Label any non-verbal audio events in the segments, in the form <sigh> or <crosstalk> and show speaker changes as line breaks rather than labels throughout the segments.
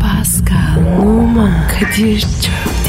Pascal, Oman, Kadir çok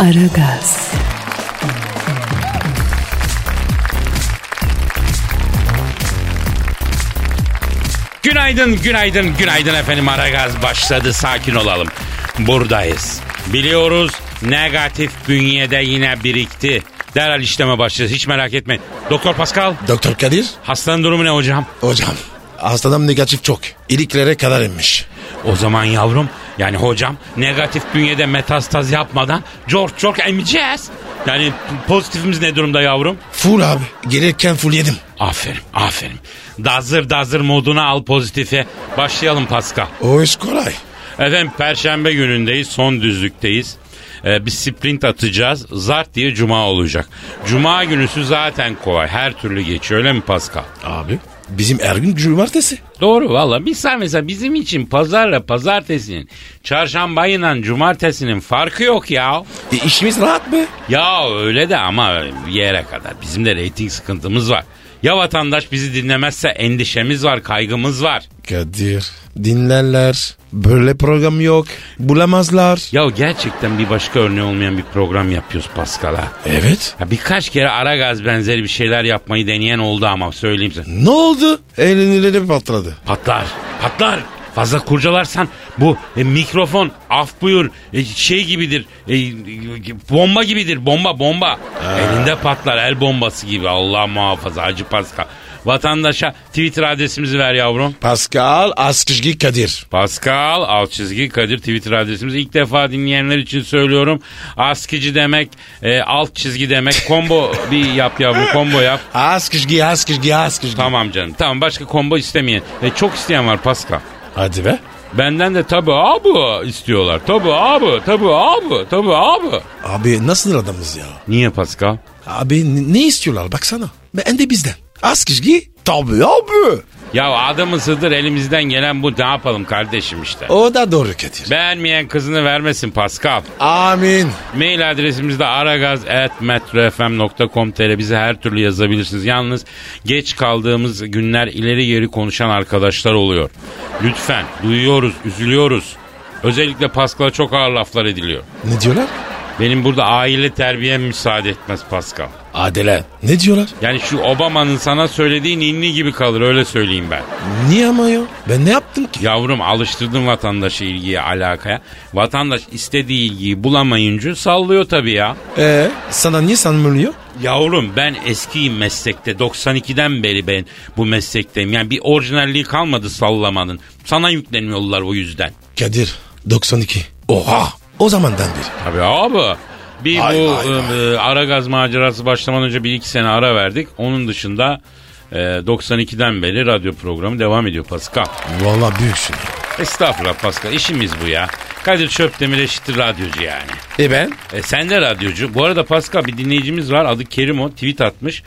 Aragaz,
Günaydın, günaydın, günaydın efendim. Aragaz başladı. Sakin olalım. Buradayız. Biliyoruz negatif bünyede yine birikti. Derhal işleme başlayacağız. Hiç merak etmeyin. Doktor Pascal,
Doktor Kadir.
hastanın durumu ne hocam?
Hocam. Hastadan negatif çok. İliklere kadar inmiş.
O zaman yavrum, yani hocam negatif bünyede metastaz yapmadan çok çok emeceğiz. Yani pozitifimiz ne durumda yavrum?
Full abi. Gelirken full yedim.
Aferin, aferin. Dazır dazır moduna al pozitife. Başlayalım Pascal.
O iş kolay.
Efendim perşembe günündeyiz son düzlükteyiz. Ee, bir sprint atacağız. Zart diye cuma olacak. Cuma günüsü zaten kolay. Her türlü geçiyor öyle mi Pascal?
Abi. Bizim Ergün cumartesi.
Doğru valla. Biz sen mesela bizim için pazarla pazartesinin, çarşambayla cumartesinin farkı yok ya.
E, işimiz rahat mı?
Ya öyle de ama bir yere kadar. Bizim de reyting sıkıntımız var. Ya vatandaş bizi dinlemezse endişemiz var, kaygımız var.
Kadir. Dinlerler. Böyle program yok. Bulamazlar.
Ya gerçekten bir başka örneği olmayan bir program yapıyoruz Pascal'a.
Evet.
Ya birkaç kere ara gaz benzeri bir şeyler yapmayı deneyen oldu ama söyleyeyim size.
Ne oldu? Eğlenileri patladı.
Patlar, patlar. Fazla kurcalarsan bu e, mikrofon af buyur e, şey gibidir. e, e, bomba gibidir. Bomba bomba. Elinde patlar el bombası gibi. Allah muhafaza Hacı Pascal. Vatandaşa Twitter adresimizi ver yavrum.
Pascal Askışgi Kadir.
Pascal alt çizgi Kadir Twitter adresimiz. İlk defa dinleyenler için söylüyorum. Askici demek, e, alt çizgi demek. Combo bir yap yavrum, combo yap.
Askışgi, Askışgi, Askışgi.
Tamam canım. Tamam başka combo istemeyen. E, çok isteyen var Pascal.
Hadi be.
Benden de tabi abi istiyorlar. Tabi abi, tabi abi, tabi abi.
Abi nasıl adamız ya?
Niye Pascal?
Abi n- ne istiyorlar baksana. Ben de bizden. Az kişi tabii abi.
Ya adamı ısıdır elimizden gelen bu. Ne yapalım kardeşim işte.
O da doğru Kadir.
Beğenmeyen kızını vermesin Pascal.
Amin.
Mail adresimiz de aragaz.metrofm.com.tr bize her türlü yazabilirsiniz. Yalnız geç kaldığımız günler ileri geri konuşan arkadaşlar oluyor. Lütfen duyuyoruz, üzülüyoruz. Özellikle Pascal'a çok ağır laflar ediliyor.
Ne diyorlar?
Benim burada aile terbiyem müsaade etmez Pascal.
Adele. Ne diyorlar?
Yani şu Obama'nın sana söylediği ninni gibi kalır öyle söyleyeyim ben.
Niye ama ya? Ben ne yaptım ki?
Yavrum alıştırdın vatandaşı ilgiye alakaya. Vatandaş istediği ilgiyi bulamayınca sallıyor tabii ya.
Ee, sana niye sanmıyor?
Yavrum ben eskiyim meslekte 92'den beri ben bu meslekteyim. Yani bir orijinalliği kalmadı sallamanın. Sana yükleniyorlar o yüzden.
Kadir 92. Oha. O zamandan beri.
Tabii abi. Bir
Ay,
bu
ay,
e, e, ara gaz macerası başlamadan önce bir iki sene ara verdik. Onun dışında e, 92'den beri radyo programı devam ediyor Pascal.
Valla büyüksün. ya.
Estağfurullah Pascal işimiz bu ya. Kadir Çöptemir eşittir radyocu yani.
E ben?
E, sen de radyocu. Bu arada Pascal bir dinleyicimiz var adı Kerimo tweet atmış.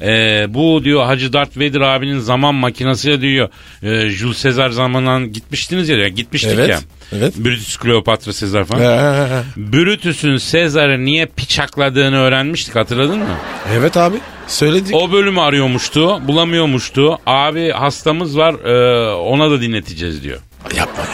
E, bu diyor Hacı Darth Vader abinin zaman makinesiyle diyor. E, Jules Sezar zamanından gitmiştiniz ya. Gitmiştik
Evet,
ya.
evet.
Brutus Kleopatra Sezar falan.
Ee,
Brutus'un Sezar'ı niye piçakladığını öğrenmiştik hatırladın mı?
evet abi. Söyledik.
O bölümü arıyormuştu, bulamıyormuştu. Abi hastamız var, e, ona da dinleteceğiz diyor.
Yapma ya.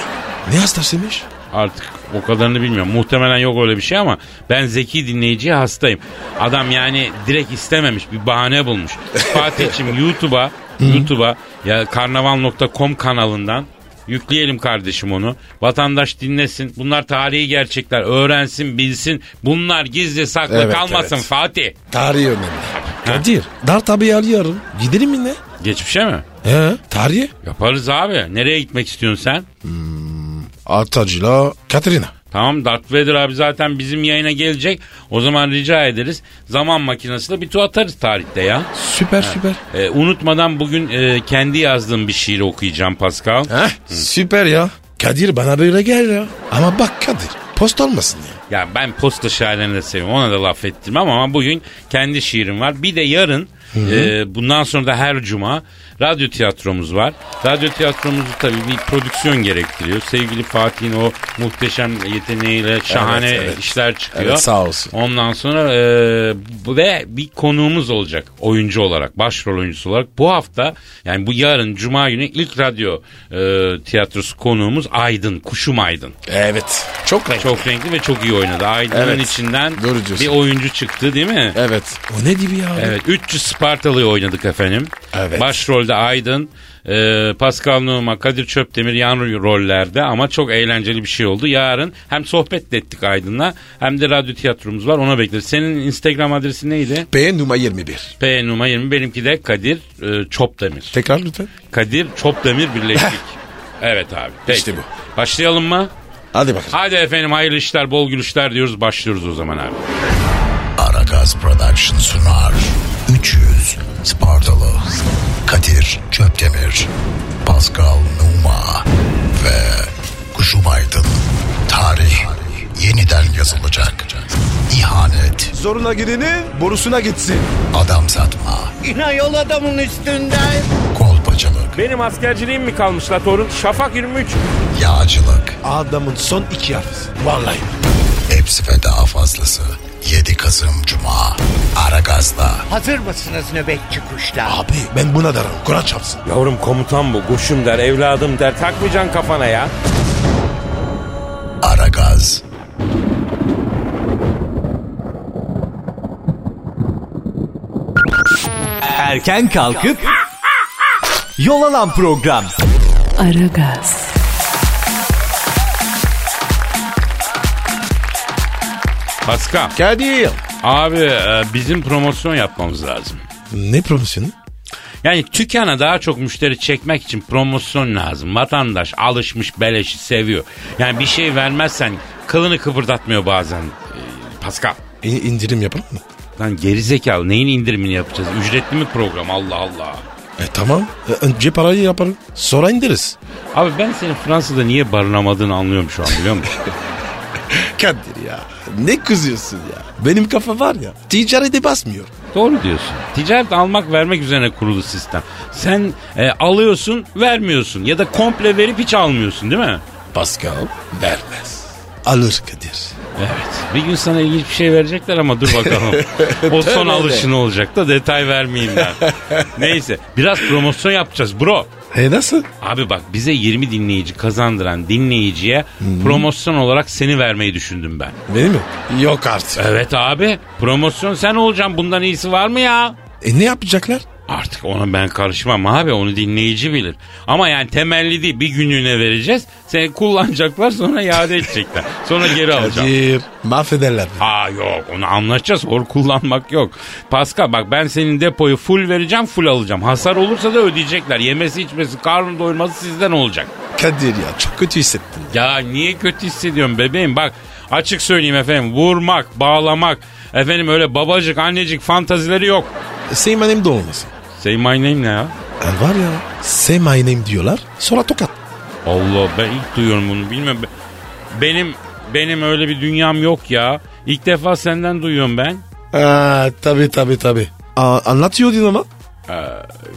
Ne hastasıymış?
Artık o kadarını bilmiyorum. Muhtemelen yok öyle bir şey ama ben zeki dinleyiciye hastayım. Adam yani direkt istememiş, bir
<laughs>
bahane bulmuş. Fatih'cim YouTube'a, YouTube'a ya karnaval.com kanalından Yükleyelim kardeşim onu. Vatandaş dinlesin. Bunlar tarihi gerçekler. Öğrensin, bilsin. Bunlar gizli saklı
Evet,
kalmasın
evet.
Fatih.
Tarih önemli. Kadir. Dar tabi alıyorum. Gidelim mi ne?
Geçmişe mi?
He. Tarih?
Yaparız abi. Nereye gitmek istiyorsun sen?
Artacıla Katerina.
Tamam Darth Vader abi zaten bizim yayına gelecek. O zaman rica ederiz. Zaman makinesiyle bir tu atarız tarihte ya.
Süper süper.
Ee, unutmadan bugün e, kendi yazdığım bir şiiri okuyacağım Pascal.
Heh, süper ya. Kadir bana böyle gel ya. Ama bak Kadir post olmasın ya.
Ya ben posta şairlerini de seviyorum. Ona da laf ettirmem ama bugün kendi şiirim var. Bir de yarın e, bundan sonra da her cuma radyo tiyatromuz var. Radyo tiyatromuzu tabii bir prodüksiyon gerektiriyor. Sevgili Fatih'in o muhteşem yeteneğiyle şahane
Evet, evet.
işler çıkıyor.
Evet, sağ olsun.
Ondan sonra e, bu- ve bir konuğumuz olacak oyuncu olarak, başrol oyuncusu olarak. Bu hafta yani bu yarın cuma günü ilk radyo e, tiyatrosu konuğumuz Aydın, Kuşum Aydın.
Evet. Çok renkli.
Çok renkli ve çok iyi oynadı. Aydın'ın
Evet.
içinden
Doğru diyorsun.
bir oyuncu çıktı değil mi?
Evet. O ne gibi ya?
Evet. 300 Spartalı'yı oynadık efendim.
Evet.
Başrolde Aydın, e, Pascal Numa, Kadir Çöptemir yan rollerde ama çok eğlenceli bir şey oldu. Yarın hem sohbet de ettik Aydın'la hem de radyo tiyatromuz var ona bekleriz. Senin Instagram adresi neydi?
P numara 21.
P Numa 20 benimki de Kadir e, Çopdemir.
Tekrar lütfen.
Kadir Çopdemir
<laughs>
birleştik. evet abi. Peki.
İşte bu.
Başlayalım mı?
Hadi bakalım.
Hadi efendim hayırlı işler, bol gülüşler diyoruz. Başlıyoruz o zaman abi.
Aragaz Production sunar. 300 Spartalı. Kadir Çöptemir. Pascal Numa ve Kuşum Aydın. Tarih yeniden yazılacak. İhanet,
Zoruna gireni borusuna gitsin.
adam satma,
Günah yol adamın üstünden.
kolpacılık,
Benim askerciliğim mi kalmış la torun? Şafak 23.
yağcılık,
Adamın son iki harfi. Vallahi.
hepsi ve daha fazlası. 7 Kasım Cuma. Aragaz'da.
Hazır mısınız nöbetçi kuşlar?
Abi ben buna darım. Kur'an çapsın.
Yavrum komutan bu. Kuşum der, evladım der. Takmayacaksın kafana ya.
Aragaz.
Erken kalkıp yol alan program.
Aragaz,
Pascal.
Kadir.
Abi e, bizim promosyon yapmamız lazım.
Ne promosyonu?
Yani tükana daha çok müşteri çekmek için promosyon lazım. Vatandaş alışmış beleşi seviyor. Yani bir şey vermezsen kılını kıpırdatmıyor bazen. E, Pascal.
İ- indirim yapalım mı?
Lan gerizekalı neyin indirimini yapacağız? Ücretli mi program Allah Allah.
E tamam. E, önce parayı yaparım. Sonra indiririz.
Abi ben senin Fransa'da niye barınamadığını anlıyorum şu an biliyor musun?
Kadir ya. Ne kızıyorsun ya? Benim kafa var ya. Ticarete basmıyor.
Doğru diyorsun. Ticaret almak vermek üzerine kurulu sistem. Sen e, alıyorsun vermiyorsun ya da komple verip hiç almıyorsun değil mi?
Pascal vermez. Alır Kadir.
Evet. Bir gün sana ilginç bir şey verecekler ama dur bakalım. <laughs> o son alışın olacak da detay vermeyeyim <laughs> ben. Neyse biraz promosyon yapacağız bro.
E nasıl?
Abi bak bize 20 dinleyici kazandıran dinleyiciye promosyon olarak seni vermeyi düşündüm ben.
Benim mi? Yok artık.
Evet abi promosyon sen olacaksın bundan iyisi var mı ya?
E ne yapacaklar?
Artık ona ben karışmam abi onu dinleyici bilir. Ama yani temelli değil bir günlüğüne vereceğiz. Seni kullanacaklar sonra iade edecekler. Sonra geri alacağım.
Kadir. Mahvederler. beni.
Aa yok onu anlaşacağız hor kullanmak yok. Pascal bak ben senin depoyu full vereceğim full alacağım. Hasar olursa da ödeyecekler. Yemesi içmesi karnı doyurması sizden olacak.
Kadir ya çok kötü hissettim.
Ya niye kötü hissediyorum bebeğim bak açık söyleyeyim efendim vurmak bağlamak efendim öyle babacık annecik fantazileri yok.
Say my name de olmasın.
Say my name ne ya?
E var ya. Say my name diyorlar. Sonra tokat.
Allah ben ilk duyuyorum bunu bilmiyorum. Benim benim öyle bir dünyam yok ya. İlk defa senden duyuyorum ben.
Aa, tabi tabi tabi. Aa, anlatıyordun ama.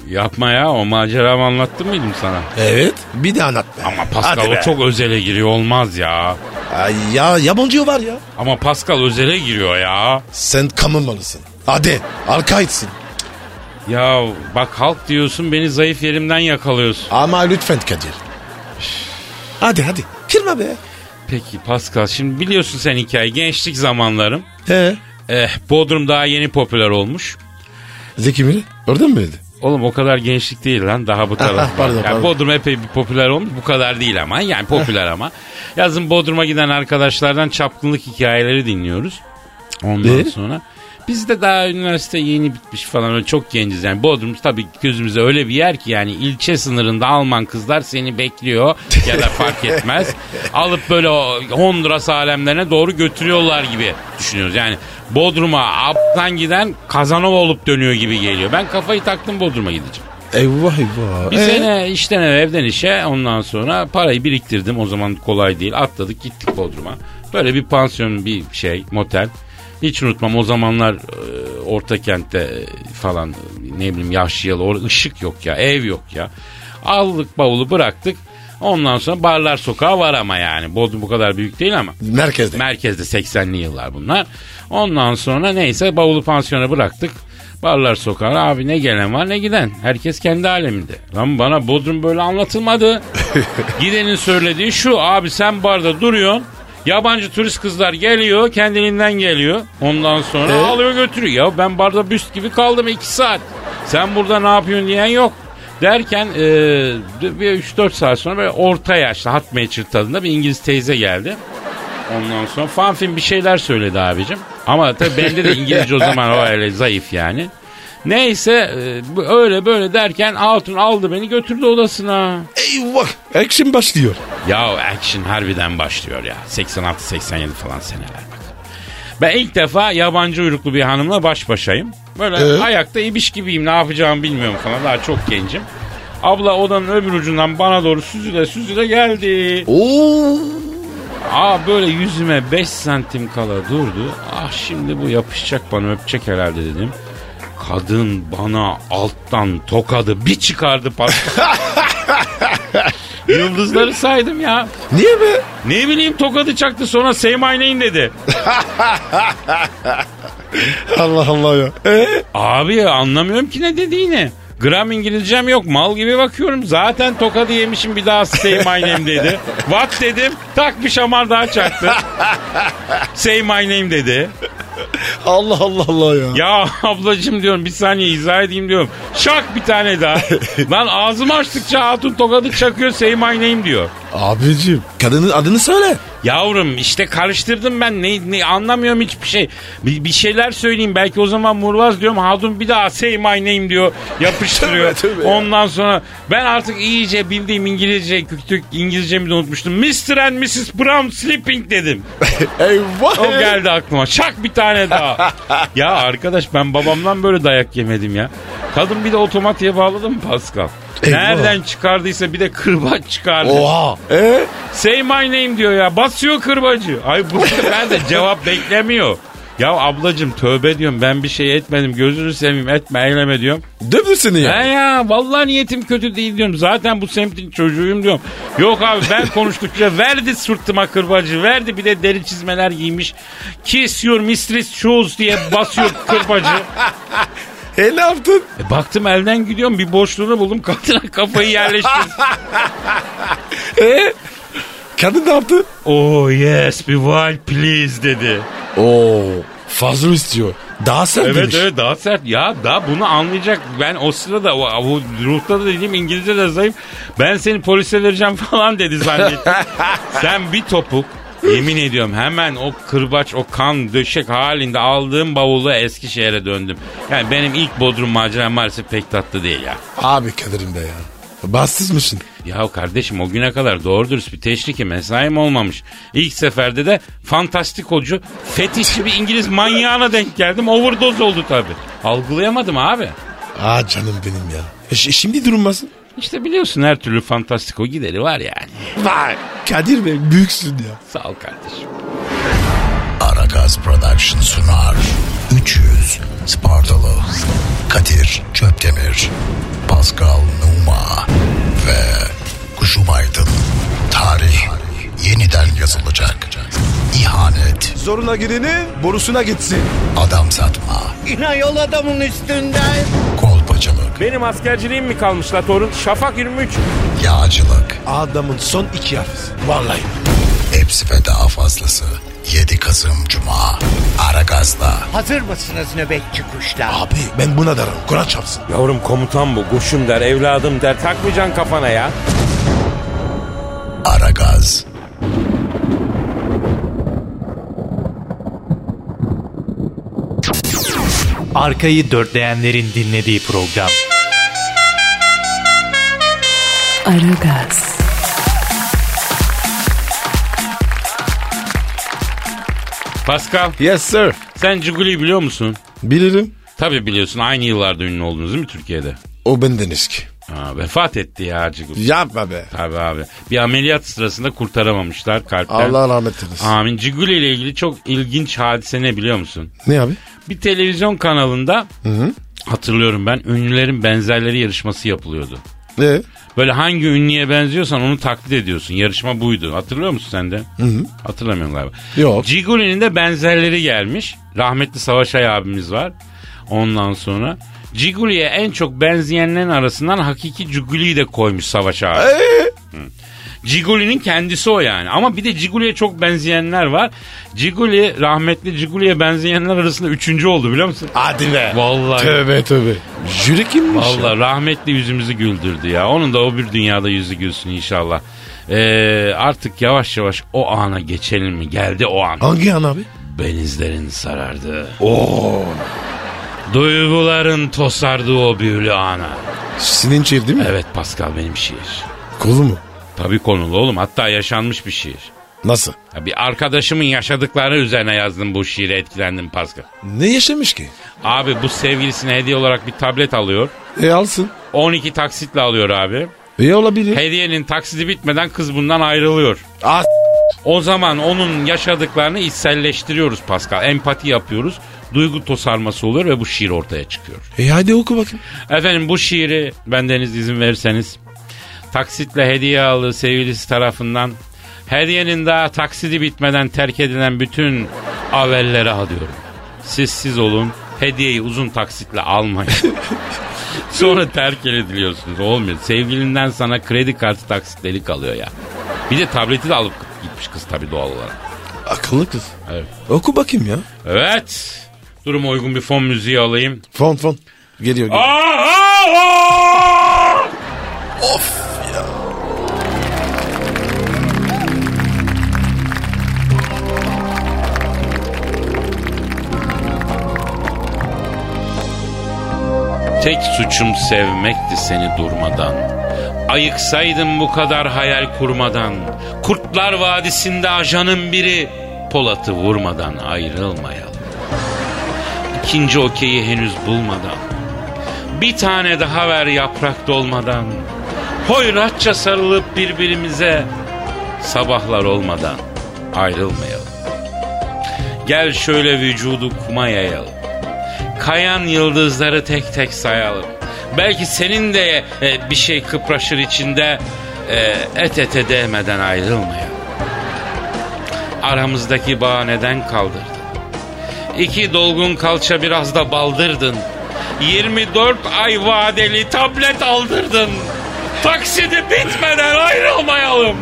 Yapma ya o maceramı anlattım mıydım sana?
Evet. Bir de anlat be.
Ama Pascal
Hadi
o
be.
çok özele giriyor olmaz ya.
Ay ya yabancı var ya.
Ama Pascal özele giriyor ya.
Sen kamınmalısın. Hadi arkaitsin.
Ya bak halk diyorsun beni zayıf yerimden yakalıyorsun.
Ama lütfen Kadir. Hadi hadi. Girme be.
Peki Pascal şimdi biliyorsun sen hikaye gençlik zamanlarım.
He.
Eh Bodrum daha yeni popüler olmuş.
Zeki Müren orada mıydı?
Oğlum o kadar gençlik değil lan
<laughs>
daha bu taraf.
ah, pardon,
yani
pardon.
Bodrum epey bir popüler olmuş bu kadar değil ama
<laughs>
yani popüler ama. Yazın Bodrum'a giden arkadaşlardan çapkınlık hikayeleri dinliyoruz. Ondan
Ee?
sonra biz de daha üniversite yeni bitmiş falan öyle çok genciz yani Bodrum tabii gözümüze öyle bir yer ki yani ilçe sınırında Alman kızlar seni bekliyor ya da fark etmez. Alıp böyle o Honduras alemlerine doğru götürüyorlar gibi düşünüyoruz. Yani Bodrum'a aptan giden Kazanova olup dönüyor gibi geliyor. Ben kafayı taktım Bodrum'a gideceğim.
Eyvah eyvah.
Bir
Ee,
E,
sene işten eve evden işe ondan sonra parayı biriktirdim. O zaman kolay değil. Atladık gittik Bodrum'a. Böyle bir pansiyon bir şey motel. Hiç unutmam o zamanlar e, orta kentte e, falan e, ne bileyim Yahşiyalı orada ışık yok ya ev yok ya. Aldık bavulu bıraktık. Ondan sonra barlar sokağa var ama yani. Bodrum bu kadar büyük değil ama.
Merkezde.
Merkezde 80'li yıllar bunlar. Ondan sonra neyse bavulu pansiyona bıraktık. Barlar sokağına abi ne gelen var ne giden. Herkes kendi aleminde. Lan bana Bodrum böyle anlatılmadı. Gidenin söylediği şu abi sen barda duruyorsun. Yabancı turist kızlar geliyor kendiliğinden geliyor. Ondan sonra alıyor götürüyor. Ya ben barda büst gibi kaldım iki saat. Sen burada ne yapıyorsun diyen yok. Derken e, bir 3-4 saat sonra böyle orta yaşlı hot matcher tadında bir İngiliz teyze geldi. Ondan sonra fanfin bir şeyler söyledi abicim. Ama tabii bende de İngilizce o zaman o öyle zayıf yani. Neyse e, bu- öyle böyle derken Altun aldı beni götürdü odasına.
Eyvah. Action başlıyor.
Ya action harbiden başlıyor ya. 86-87 falan seneler bak. Ben ilk defa yabancı uyruklu bir hanımla baş başayım. Böyle ayakta ibiş gibiyim ne yapacağımı bilmiyorum falan daha çok gencim. Abla odanın öbür ucundan bana doğru süzüle süzüle geldi.
Oo.
Aa böyle yüzüme 5 santim kala durdu. Ah şimdi bu yapışacak bana öpecek herhalde dedim. Kadın bana alttan tokadı bir çıkardı
<laughs>
patladı. Yıldızları saydım ya.
Niye be?
Ne bileyim tokadı çaktı sonra say my name dedi.
Allah Allah ya. Ee?
Abi anlamıyorum ki ne dediğini. Gram İngilizcem yok mal gibi bakıyorum. Zaten tokadı yemişim bir daha say my
<laughs>
name dedi. What dedim tak bir şamar daha çaktı. say my name dedi.
Allah Allah Allah ya.
Ya ablacım diyorum bir saniye izah edeyim diyorum. Şak bir tane daha. Lan ağzımı açtıkça hatun tokadı çakıyor say my name diyor.
Abicim kadının adını söyle.
Yavrum işte karıştırdım ben ne, ne anlamıyorum hiçbir şey. Bir, bir şeyler söyleyeyim belki o zaman Murvaz diyorum Hatun bir daha say my name diyor yapıştırıyor.
<laughs> Tövbe, tövbe ya.
Ondan sonra ben artık iyice bildiğim İngilizce küktük İngilizcemi de unutmuştum. Mr. and Mrs. Brown sleeping dedim.
<laughs> Eyvah.
O geldi aklıma. Şak bir
<laughs>
tane daha. ya arkadaş ben babamdan böyle dayak yemedim ya. Kadın bir de otomatiğe bağladı mı Pascal?
Eyvah.
Nereden çıkardıysa bir de kırbaç çıkardı.
Oha. Ee?
Say my name diyor ya. Basıyor kırbacı. Ay bu <laughs> sefer de cevap beklemiyor. Ya ablacım tövbe diyorum ben bir şey etmedim gözünü seveyim etme eyleme diyorum.
Dövdü seni ya.
He ya vallahi niyetim kötü değil diyorum zaten bu semtin çocuğuyum diyorum. Yok abi ben <laughs> konuştukça verdi sırtıma kırbacı verdi bir de deri çizmeler giymiş. Kiss your mistress shoes diye <laughs> basıyor kırbacı.
E ne yaptın?
E, baktım elden gidiyorum bir boşluğunu buldum <laughs> kadına kafayı yerleştirdim.
E? Kadın ne yaptı?
oh yes be wild please dedi.
Oo. Fazla istiyor. Daha sert
Evet
demiş.
evet daha sert. Ya daha bunu anlayacak. Ben o sırada o, o ruhta da dediğim İngilizce de zayıf. Ben seni polise vereceğim <laughs> falan dedi zannettim. Sen bir topuk Yemin ediyorum hemen o kırbaç, o kan döşek halinde aldığım bavulu Eskişehir'e döndüm. Yani benim ilk Bodrum maceram maalesef pek tatlı değil ya.
Abi Kadir'im be ya. Bahtsız mısın?
Ya kardeşim o güne kadar doğru dürüst bir teşriki mesaim olmamış. İlk seferde de fantastik hocu, fetişçi bir İngiliz manyağına denk geldim. Overdose oldu tabii. Algılayamadım abi.
Aa canım benim ya. E şi- şimdi durmasın.
İşte biliyorsun her türlü fantastiko gideri var yani. <laughs>
Vay. Kadir Bey büyüksün ya.
Sağ ol kardeşim.
Aragaz Production sunar. 300 Spartalı. Kadir Çöptemir. Pascal Numa. Ve Kuşum Aydın. Tarih yeniden yazılacak. İhanet,
Zoruna gireni borusuna gitsin.
adam satma,
İnayol adamın üstünden.
kolpacılık,
Benim askerciliğim mi kalmış la torun? Şafak 23.
yağcılık,
Adamın son iki harfisi. Vallahi.
hepsi ve daha fazlası. 7 Kasım Cuma. Aragaz'da.
Hazır mısınız nöbetçi kuşlar?
Abi ben buna darım. Kur'an çapsın.
Yavrum komutan bu. Kuşum der, evladım der. Takmayacaksın kafana ya.
Aragaz.
Arkayı dörtleyenlerin dinlediği program.
Aragaz,
Pascal
Yes sir.
sen Ciguli'yi biliyor musun?
Bilirim.
Tabii biliyorsun aynı yıllarda ünlü oldunuz değil mi Türkiye'de?
O bendeniz ki.
Ha, vefat etti ya Hacı Gup.
Yapma be.
Tabii abi. Bir ameliyat sırasında kurtaramamışlar kalpten.
Allah rahmet eylesin.
Amin. Ciguli ile ilgili çok ilginç hadise ne biliyor musun?
Ne abi?
Bir televizyon kanalında hatırlıyorum ben ünlülerin benzerleri yarışması yapılıyordu.
Ne?
Böyle hangi ünlüye benziyorsan onu taklit ediyorsun. Yarışma buydu. Hatırlıyor musun sen de? Hı Hatırlamıyorum galiba.
Yok.
Ciguli'nin de benzerleri gelmiş. Rahmetli Savaşay abimiz var. Ondan sonra Ciguli'ye en çok benzeyenlerin arasından hakiki Ciguli'yi de koymuş Savaş abi. Hı. Ciguli'nin kendisi o yani. Ama bir de Ciguli'ye çok benzeyenler var. Ciguli, rahmetli Ciguli'ye benzeyenler arasında üçüncü oldu biliyor musun?
Hadi be.
Vallahi.
Tövbe tövbe. Jüri kimmiş ya?
Valla rahmetli yüzümüzü güldürdü ya. Onun da o bir dünyada yüzü gülsün inşallah. Ee, artık yavaş yavaş o ana geçelim mi? Geldi o an.
Hangi an abi?
Benizlerin sarardı. Oo. Duyguların tosardığı o büyülü ana.
Senin şiir değil mi?
Evet Pascal benim şiir.
Kolu mu?
Tabii konulu oğlum hatta yaşanmış bir şiir.
Nasıl?
Ya bir arkadaşımın yaşadıkları üzerine yazdım bu şiiri etkilendim Pascal.
Ne yaşamış ki?
Abi bu sevgilisine hediye olarak bir tablet alıyor.
E alsın.
12 taksitle alıyor abi.
E olabilir.
Hediyenin taksidi bitmeden kız bundan ayrılıyor.
Ah,
O zaman onun yaşadıklarını içselleştiriyoruz Pascal. Empati yapıyoruz. Duygu tosarması oluyor ve bu şiir ortaya çıkıyor.
E hadi oku bakayım.
Efendim bu şiiri bendeniz izin verirseniz taksitle hediye aldığı sevgilisi tarafından hediyenin daha taksidi bitmeden terk edilen bütün avellere alıyorum. Siz siz olun hediyeyi uzun taksitle almayın. Sonra terk ediliyorsunuz olmuyor. Sevgilinden sana kredi kartı taksitleri kalıyor ya. Bir de tableti de alıp gitmiş kız tabii doğal olarak.
Akıllı kız.
Evet.
Oku bakayım ya.
Evet. Duruma uygun bir fon müziği alayım.
Fon fon. Geliyor geliyor.
Tek suçum sevmekti seni durmadan. Ayıksaydım bu kadar hayal kurmadan. Kurtlar Vadisi'nde ajanın biri Polat'ı vurmadan ayrılmayalım. İkinci okeyi henüz bulmadan. Bir tane daha ver yaprak dolmadan. Hoyratça sarılıp birbirimize sabahlar olmadan ayrılmayalım. Gel şöyle vücudu kuma yayalım kayan yıldızları tek tek sayalım. Belki senin de e, bir şey kıpraşır içinde e, et ete değmeden ayrılmayalım. Aramızdaki bağ neden kaldırdın? İki dolgun kalça biraz da baldırdın. 24 ay vadeli tablet aldırdın. Taksidi bitmeden ayrılmayalım.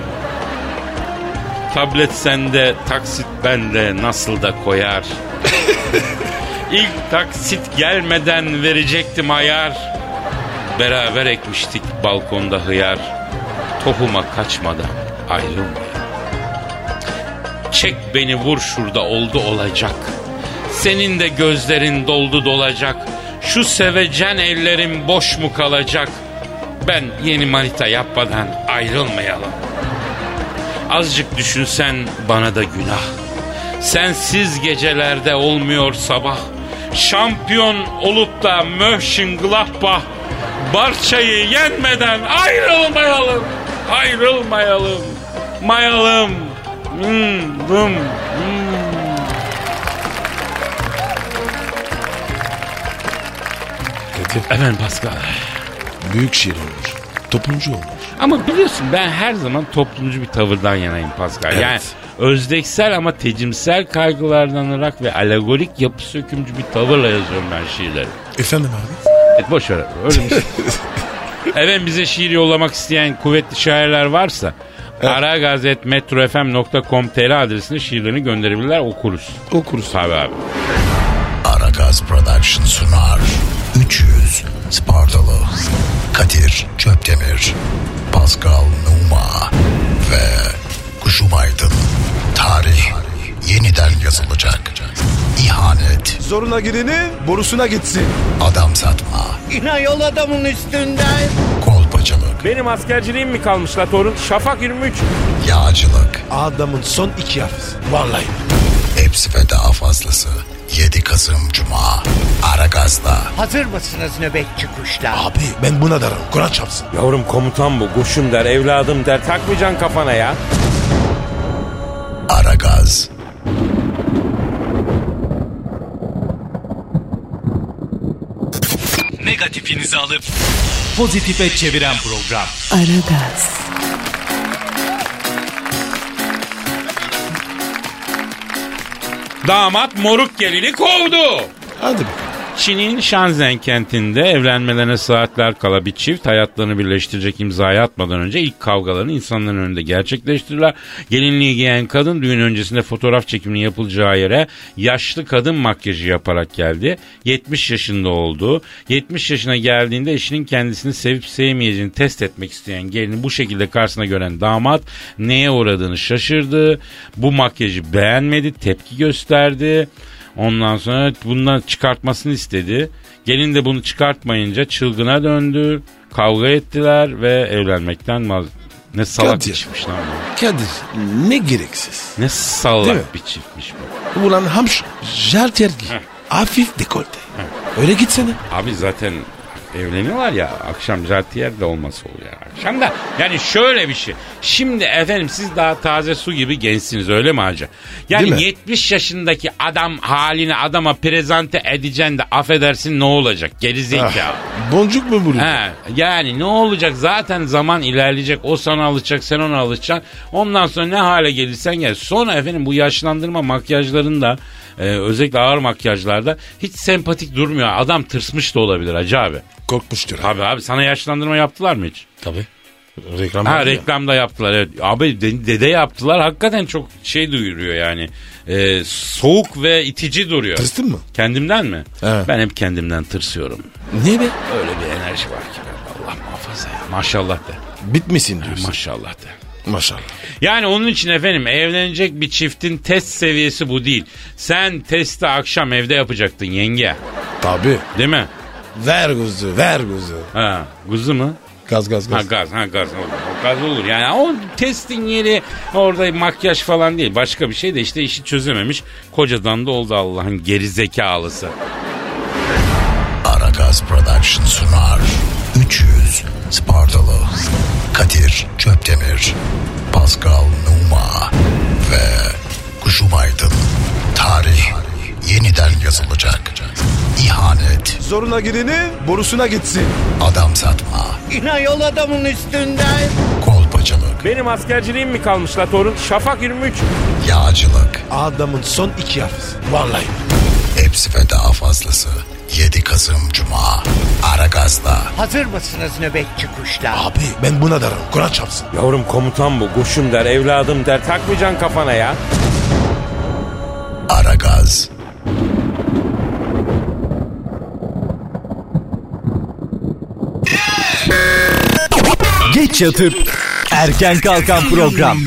Tablet sende, taksit bende nasıl da koyar. İlk taksit gelmeden verecektim ayar. Beraber ekmiştik balkonda hıyar. Tohuma kaçmadan ayrılmayalım. Çek beni vur şurada oldu olacak. Senin de gözlerin doldu dolacak. Şu sevecen ellerin boş mu kalacak? Ben yeni manita yapmadan ayrılmayalım. Azıcık düşünsen bana da günah. Sensiz gecelerde olmuyor sabah. Şampiyon olup da Mönchengladbach Barça'yı yenmeden ayrılmayalım. Ayrılmayalım. Mayalım. Hmm, vım, hmm.
Kadir
Efendim Pascal.
büyük şiir olmuş. Toplumcu olmuş.
Ama biliyorsun ben her zaman toplumcu bir tavırdan yanayım Pascal.
Evet.
Yani özdeksel ama tecimsel kaygılardan ırak ve alegorik yapı sökümcü bir tavırla yazıyorum ben şiirleri.
Efendim abi?
E,
Evet boş ver. Öyle mi?
şey.
<laughs> Efendim bize şiir yollamak isteyen kuvvetli şairler varsa aragazetmetrofm.com.tr adresine şiirlerini gönderebilirler okuruz.
Okuruz.
Tabii abi.
Aragaz Production sunar. 300 Spartalı. Kadir Çöptemir. Pascal Numa. Ve Kuşum Aydın. Tarih yeniden yazılacak. İhanet.
Zoruna gireni borusuna gitsin.
Adam satma.
Yine yol adamın üstünden.
Kolpacılık.
Benim askerciliğim mi kalmış la torun? Şafak 23.
Yağcılık.
Adamın son iki harfi. Vallahi.
Hepsi ve daha fazlası 7 Kasım Cuma. Aragaz'da.
Hazır mısınız nöbetçi kuşlar?
Abi ben buna darım. Kur'an çarpsın.
Yavrum komutan bu. Koşum der, evladım der. Takmayacaksın kafana ya.
Aragaz.
Negatifinizi alıp pozitife çeviren program.
Aragaz,
Damat moruk gelini kovdu.
Hadi bakalım.
Çin'in Shenzhen kentinde evlenmelerine saatler kala bir çift hayatlarını birleştirecek imzayı atmadan önce ilk kavgalarını insanların önünde gerçekleştirirler. Gelinliği giyen kadın düğün öncesinde fotoğraf çekiminin yapılacağı yere yaşlı kadın makyajı yaparak geldi. 70 yaşında oldu. 70 yaşına geldiğinde eşinin kendisini sevip sevmeyeceğini test etmek isteyen gelini bu şekilde karşısına gören damat neye uğradığını şaşırdı. Bu makyajı beğenmedi, tepki gösterdi. Ondan sonra bundan çıkartmasını istedi. Gelin de bunu çıkartmayınca çılgına döndü. Kavga ettiler ve evlenmekten vaz... Ne salak
Kadir.
bir çiftmiş lan bu.
Kadir ne gereksiz.
Ne
Değil mi?
salak bir çiftmiş bu.
Ulan hamşo. Jartiyer giy. Hafif dekolte. Öyle gitsene.
Abi zaten evleniyorlar ya akşam jartiyer de olması oluyor akşam da. Yani şöyle bir şey. Şimdi efendim siz daha taze su gibi gençsiniz öyle mi hacı?
Değil
Yani
mi?
70 yaşındaki adam halini adama prezente edeceksin de affedersin ne olacak
Ah.
gerizekalı.
Boncuk mu bu?
He, yani ne olacak zaten zaman ilerleyecek o sana alışacak sen ona alışacaksın ondan sonra ne hale gelirsen gel sonra efendim bu yaşlandırma makyajlarında e, özellikle ağır makyajlarda hiç sempatik durmuyor adam tırsmış da olabilir hacı abi
Korkmuştur. Ha,
abi abi sana yaşlandırma yaptılar mı hiç?
tabii. Reklam
Ha
vardı ya.
reklamda yaptılar evet. Abi de- dede yaptılar hakikaten çok şey duyuruyor yani. E, soğuk ve itici duruyor.
Tırstın mı?
Kendimden mi?
He.
Ben hep kendimden tırsıyorum.
Niye be?
Öyle bir enerji var ki ben. Allah muhafaza ya. Maşallah de.
Bitmesin diyorsun.
Maşallah de.
Maşallah.
Yani onun için efendim evlenecek bir çiftin test seviyesi bu değil. Sen testi akşam evde yapacaktın yenge.
Tabii.
Değil mi?
Ver gözü, ver gözü.
Ha, kuzu mu?
Gaz gaz
Ha
gaz.
gaz, ha gaz. O, o gaz olur. Yani o testin yeri orada makyaj falan değil. Başka bir şey de işte işi çözememiş. Kocadan da oldu Allah'ın geri zekalısı.
Aragaz Production sunar. 300 Spartalı. Kadir Çöptemir. Pascal Numa. Ve Kuşum Aydın. Tarih yeniden yazılacak. İhanet.
Zoruna girenin borusuna gitsin.
Adam satma.
Yine yol adamın üstünden.
Kolpacılık.
Benim askerciliğim mi kalmış la torun? Şafak 23.
Yağcılık.
Adamın son iki harfi. Vallahi.
Hepsi ve daha fazlası. 7 Kasım Cuma. Aragaz'da.
Hazır mısınız nöbetçi kuşlar?
Abi ben buna darım. Kur'an çarpsın.
Yavrum komutan bu. Koşum der, evladım der. Takmayacaksın kafana ya.
Aragaz.
Geç yatıp erken kalkan program.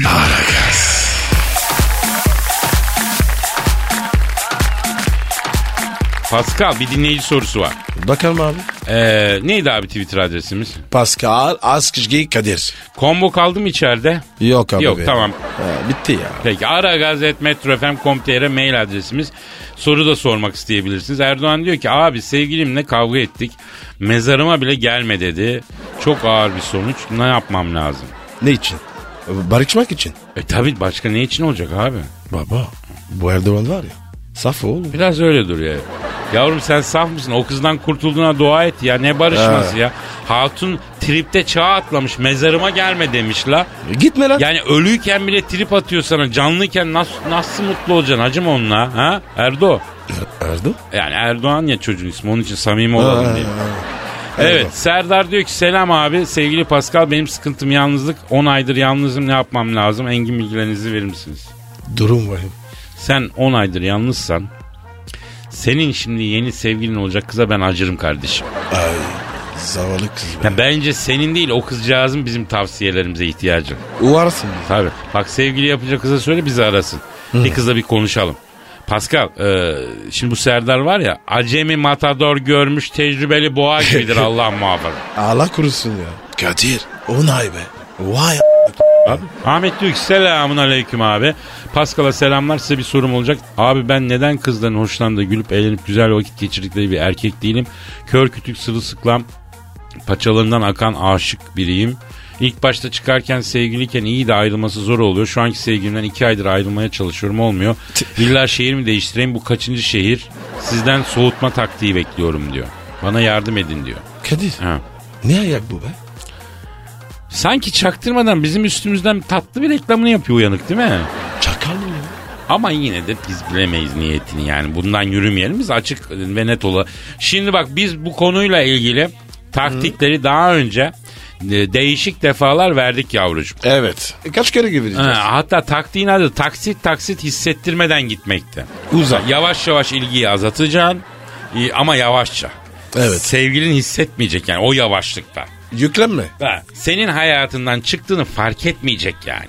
Pascal bir dinleyici sorusu var.
Bakalım abi.
Ee, neydi abi Twitter adresimiz?
Pascal Askışgi Kadir.
Combo kaldı mı içeride?
Yok abi.
Yok
be.
tamam.
Ha, bitti ya.
Peki ara gazetmetrofm.com.tr mail adresimiz. Soru da sormak isteyebilirsiniz. Erdoğan diyor ki abi sevgilimle kavga ettik. Mezarıma bile gelme dedi. Çok ağır bir sonuç. Ne yapmam lazım?
Ne için? Barışmak için.
E tabi başka ne için olacak abi?
Baba bu Erdoğan var ya. Saf oğlum.
Biraz öyle duruyor. Yavrum sen saf mısın? O kızdan kurtulduğuna dua et ya. Ne barışması ya? Hatun tripte çağ atlamış. Mezarıma gelme demiş la.
E, Gitme lan.
Yani ölüyken bile trip atıyor sana. Canlıyken nasıl, nasıl mutlu olacaksın hacım onunla? Ha? Erdo.
Erdoğan.
Yani Erdoğan ya çocuğun ismi onun için samimi olalım diye.
Erdoğan.
Evet Serdar diyor ki selam abi sevgili Pascal benim sıkıntım yalnızlık 10 aydır yalnızım ne yapmam lazım engin bilgilerinizi verir misiniz?
Durum vahim.
Sen 10 aydır yalnızsan senin şimdi yeni sevgilin olacak kıza ben acırım kardeşim.
Ay zavallı kız be.
Ya bence senin değil o kızcağızın bizim tavsiyelerimize ihtiyacı.
Uvarsın biz.
Tabii. Bak sevgili yapacak kıza söyle bizi arasın. Bir kızla bir konuşalım. Pascal, e, şimdi bu Serdar var ya acemi matador görmüş tecrübeli boğa gibidir Allah muhafaza.
Allah kurusun ya. Kadir. O ay be. Vay a-
Abi. Ahmet diyor ki selamun aleyküm abi. Paskal'a selamlar size bir sorum olacak. Abi ben neden kızların hoşlandığı gülüp eğlenip güzel vakit geçirdikleri bir erkek değilim. Kör kütük sırılsıklam paçalarından akan aşık biriyim. İlk başta çıkarken sevgiliyken iyi de ayrılması zor oluyor. Şu anki sevgilimden iki aydır ayrılmaya çalışıyorum olmuyor. İlla şehir mi değiştireyim bu kaçıncı şehir? Sizden soğutma taktiği bekliyorum diyor. Bana yardım edin diyor.
Kadir
Ha.
ne ayak bu be?
Sanki çaktırmadan bizim üstümüzden tatlı bir reklamını yapıyor uyanık değil mi?
Çakal mı ya?
Ama yine de biz bilemeyiz niyetini yani. Bundan yürümeyelim biz açık ve net ola. Şimdi bak biz bu konuyla ilgili taktikleri daha önce e, değişik defalar verdik yavrucuğum.
Evet. E, kaç kere gibi
Ha, hatta taktiğin adı taksit taksit hissettirmeden gitmekti.
Uzak.
Yavaş yavaş ilgiyi azaltacaksın e, ama yavaşça.
Evet.
Sevgilin hissetmeyecek yani o yavaşlıkta.
Yüklenme.
Ha, senin hayatından çıktığını fark etmeyecek yani.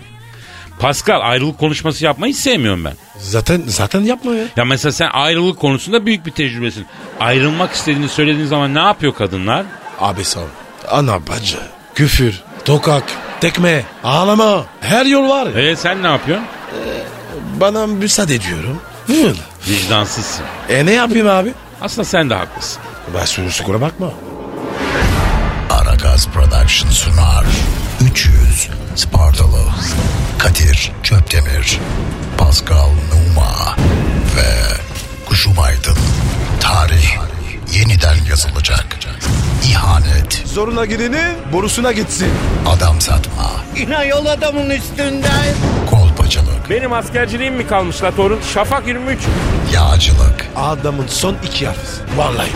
Pascal ayrılık konuşması yapmayı hiç sevmiyorum ben.
Zaten zaten yapma ya.
Ya mesela sen ayrılık konusunda büyük bir tecrübesin. Ayrılmak istediğini söylediğin zaman ne yapıyor kadınlar?
Abi sağ Ana bacı. Küfür. Tokak. Tekme. Ağlama. Her yol var. ya.
E sen ne yapıyorsun?
Bana müsaade ediyorum. Vıl.
Vicdansızsın.
E ne yapayım abi?
Aslında sen de haklısın.
Ben sürüsüküne bakma.
Aragaz Production sunar. 300 Spartalı. Kadir Çöptemir. Pascal Numa. Ve Kuşum Aydın. Tarih yeniden yazılacak. İhanet.
Zoruna gireni borusuna gitsin.
Adam satma.
İnayol adamın üstünden.
Kolpacılık.
Benim askerciliğim mi kalmış la torun? Şafak 23.
Yağcılık.
Adamın son iki harfisi. Vallahi.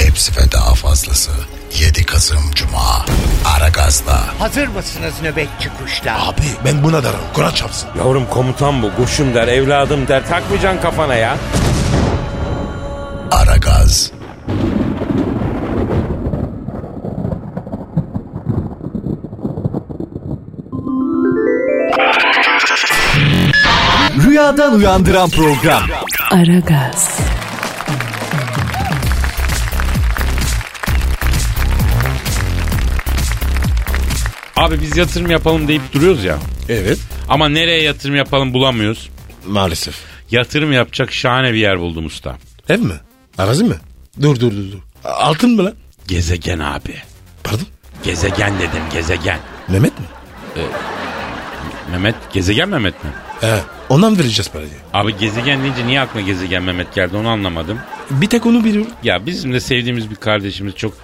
Hepsi ve daha fazlası. 7 Kasım Cuma. Aragaz'da.
Hazır mısınız nöbetçi kuşlar?
Abi ben buna darım. Kur'an çarpsın.
Yavrum komutan bu. Koşum der, evladım der. Takmayacaksın kafana ya.
Aragaz.
Rüyadan uyandıran program.
Aragaz,
Abi biz yatırım yapalım deyip duruyoruz ya.
Evet.
Ama nereye yatırım yapalım bulamıyoruz.
Maalesef.
Yatırım yapacak şahane bir yer buldum usta.
Ev mi? Arazi mi? Dur dur dur. dur. Altın mı lan?
Gezegen abi.
Pardon.
Gezegen dedim gezegen.
Mehmet mi?
Mehmet gezegen Mehmet mi?
He. Ondan vereceğiz parayı.
Abi gezegen deyince niye aklına gezegen Mehmet geldi onu anlamadım.
Bir tek onu biliyorum.
Ya bizim de sevdiğimiz bir kardeşimiz çok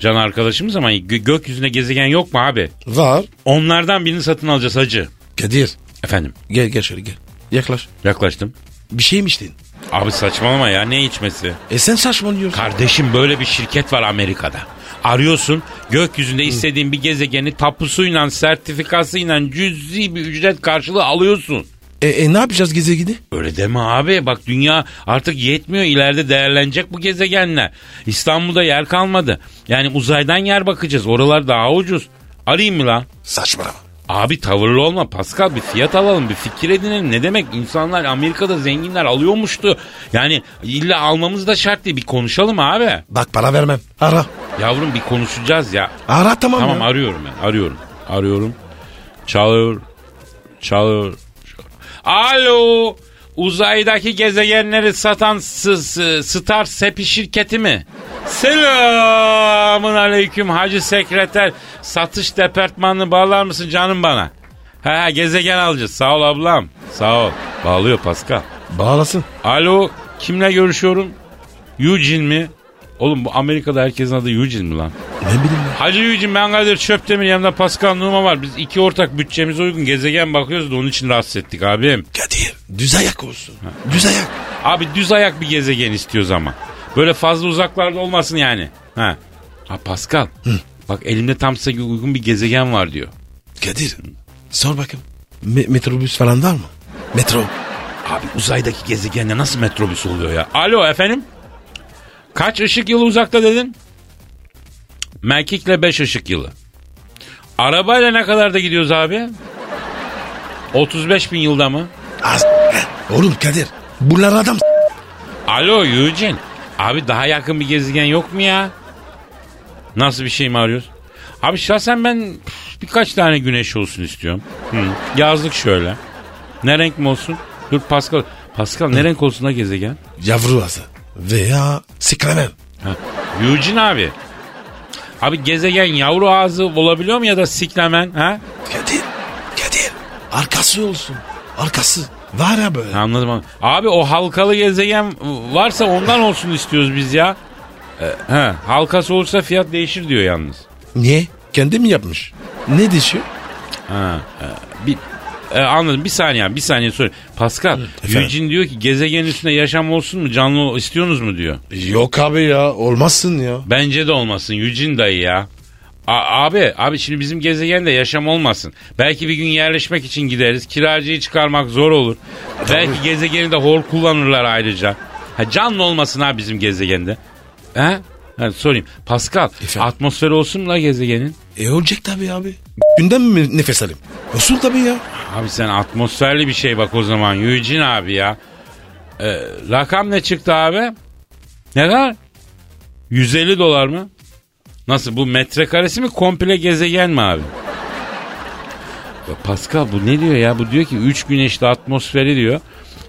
can arkadaşımız ama gö- gökyüzünde gezegen yok mu abi?
Var.
Onlardan birini satın alacağız hacı.
Kadir.
Efendim
Gel gel şöyle gel. Yaklaş.
yaklaştım.
Bir şey mi içtin?
Abi saçmalama ya ne içmesi?
E sen saçmalıyorsun.
Kardeşim böyle bir şirket var Amerika'da. Arıyorsun gökyüzünde istediğin bir gezegeni tapusuyla sertifikasıyla cüzi bir ücret karşılığı alıyorsun.
E, e ne yapacağız gezegeni?
Öyle deme abi bak dünya artık yetmiyor ileride değerlenecek bu gezegenler. İstanbul'da yer kalmadı. Yani uzaydan yer bakacağız oralar daha ucuz. Arayayım mı lan?
Saçmalama.
Abi tavırlı olma Pascal bir fiyat alalım bir fikir edinelim. Ne demek insanlar Amerika'da zenginler alıyormuştu. Yani illa almamız da şart değil bir konuşalım abi.
Bak para vermem. Ara.
Yavrum bir konuşacağız ya.
Ara tamam,
Tamam
ya.
arıyorum ben arıyorum. Arıyorum. Çalıyor. Çalıyor. Alo. Uzaydaki gezegenleri satan s- s- Star Sepi şirketi mi? Selamun aleyküm Hacı Sekreter. Satış departmanını bağlar mısın canım bana? He he gezegen alacağız. Sağ ol ablam. Sağ ol. Bağlıyor Pascal.
Bağlasın.
Alo kimle görüşüyorum? Eugene mi? Oğlum bu Amerika'da herkesin adı Eugene mi lan?
Ne bileyim ya.
Hacı Yücim ben Kadir Çöptemir yanımda Pascal Numa var. Biz iki ortak bütçemize uygun gezegen bakıyoruz da onun için rahatsız ettik abim.
Kadir. Düz ayak olsun. Düz ayak.
Abi düz ayak bir gezegen istiyoruz ama. Böyle fazla uzaklarda olmasın yani. Ha. Ha Pascal. Bak elimde tam size uygun bir gezegen var diyor.
Kadir. Sor bakayım. Me- metrobüs falan var mı? Metro.
Abi uzaydaki gezegende nasıl metrobüs oluyor ya? Alo efendim? Kaç ışık yılı uzakta dedin? Mekik'le 5 ışık yılı. Arabayla ne kadar da gidiyoruz abi? 35 bin yılda mı?
Az. Heh. Oğlum Kadir. Bunlar adam. s-
Alo Yücin. Abi daha yakın bir gezegen yok mu ya? Nasıl bir şey mi arıyoruz? Abi şahsen ben püf, Birkaç tane güneş olsun istiyorum. Hı. Yazlık şöyle. Ne renk mi olsun? Dur Pascal. Pascal ne renk olsun da gezegen?
Yavru asa veya siklemen.
Ha. Eugene abi. Abi gezegen yavru ağzı olabiliyor mu ya da siklemen? Ha?
Kadir, Kadir. Arkası olsun. Arkası. Var ya böyle.
Anladım. anladım. Abi o halkalı gezegen varsa ondan olsun istiyoruz biz ya. Ee, he, halkası olursa fiyat değişir diyor yalnız.
Niye? Kendi mi yapmış? Ne dişi?
Ha, e, bir e, anladım. Bir saniye abi, bir saniye sor. Pascal,
efendim.
Eugene diyor ki gezegenin üstünde yaşam olsun mu? Canlı istiyorsunuz mu diyor.
Yok abi ya. Olmazsın ya.
Bence de olmasın Eugene dayı ya. A- abi, abi şimdi bizim gezegende yaşam olmasın. Belki bir gün yerleşmek için gideriz. Kiracıyı çıkarmak zor olur. Belki gezegeni de hor kullanırlar ayrıca. Ha, canlı olmasın abi bizim gezegende. He? Ha, sorayım. Pascal,
Efendim?
atmosferi olsun mu la gezegenin?
E olacak tabii abi. Günden mi nefes alayım? Olsun tabii ya.
Abi sen atmosferli bir şey bak o zaman Eugene abi ya. Ee, rakam ne çıktı abi? Ne kadar? 150 dolar mı? Nasıl bu metrekaresi mi komple gezegen mi abi? Ya Pascal bu ne diyor ya? Bu diyor ki 3 güneşli atmosferi diyor.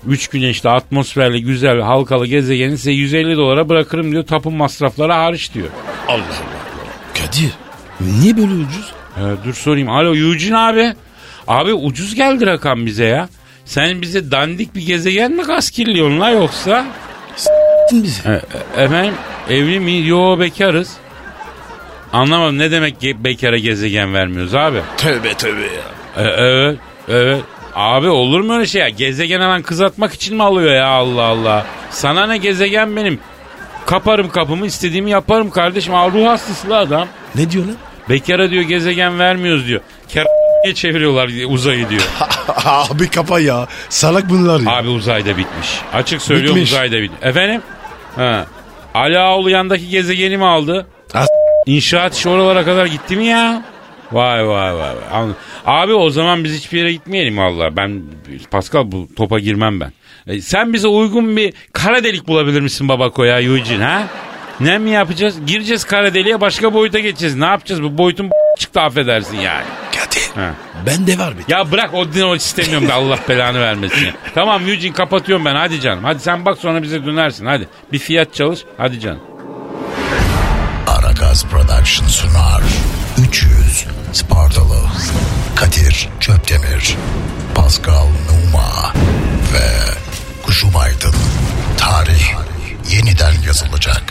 3 güneşli atmosferli güzel halkalı gezegeni size 150 dolara bırakırım diyor. Tapın masrafları hariç diyor.
Kadir. Niye böyle ucuz?
Ee, dur sorayım. Alo Eugene abi. Abi ucuz geldi rakam bize ya. Sen bize dandik bir gezegen mi kaskilliyorsun la yoksa?
Gittin bizi.
E- e- efendim evli mi? Yo bekarız. Anlamadım ne demek ge- bekara gezegen vermiyoruz abi.
Tövbe tövbe ya.
E- evet evet. Abi olur mu öyle şey ya? Gezegen hemen kızartmak için mi alıyor ya Allah Allah? Sana ne gezegen benim? Kaparım kapımı istediğimi yaparım kardeşim. Aa, ruh hastası la adam.
Ne diyor lan?
Bekara diyor gezegen vermiyoruz diyor. Ker çeviriyorlar uzayı diyor.
abi Ah, kapa ya. Salak bunlar ya.
Abi uzayda bitmiş. Açık söylüyorum
Bitmiş.
uzayda bitmiş. Efendim? Ha. Alaoğlu yandaki gezegeni mi aldı?
As-
İnşaat işi oralara kadar gitti mi ya? Vay vay vay. vay. Anladım. Abi o zaman biz hiçbir yere gitmeyelim valla. Ben Pascal bu topa girmem ben. E, sen bize uygun bir kara delik bulabilir misin babako ya Eugene ha? Ne mi yapacağız? Gireceğiz kara deliğe başka boyuta geçeceğiz. Ne yapacağız? Bu boyutun çıktı affedersin yani.
Kadir.
Ha.
Bende var bir.
Ya bırak o dinol istemiyorum da Allah belanı vermesin. ya. Tamam Eugene kapatıyorum ben hadi canım. Hadi sen bak sonra bize dönersin hadi. Bir fiyat çalış hadi canım.
Aragaz Production sunar. 300 Spartalı. Kadir Çöptemir. Pascal Numa. Ve Kuşum Aydın. Tarih yeniden yazılacak.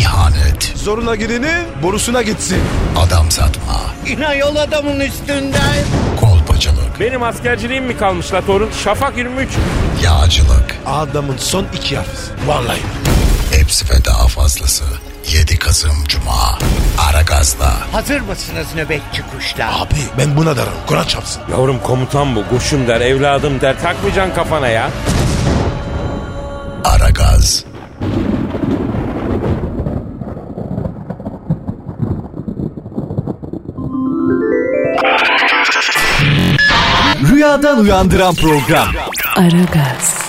İhanet.
Zoruna gireni borusuna gitsin.
Adam satma.
İnayol adamın üstünden.
Kolpacılık.
Benim askerciliğim mi kalmış la torun? Şafak 23.
Yağcılık.
Adamın son iki harfisi. Vallahi.
Hepsi ve daha fazlası. 7 Kasım Cuma. Aragaz'da.
Hazır mısınız nöbetçi kuşlar?
Abi ben buna darım. Kura çapsın.
Yavrum komutan bu. Koşum der, evladım der. Takmayacaksın kafana ya.
Aragaz.
Rüyadan uyandıran program.
Aragaz,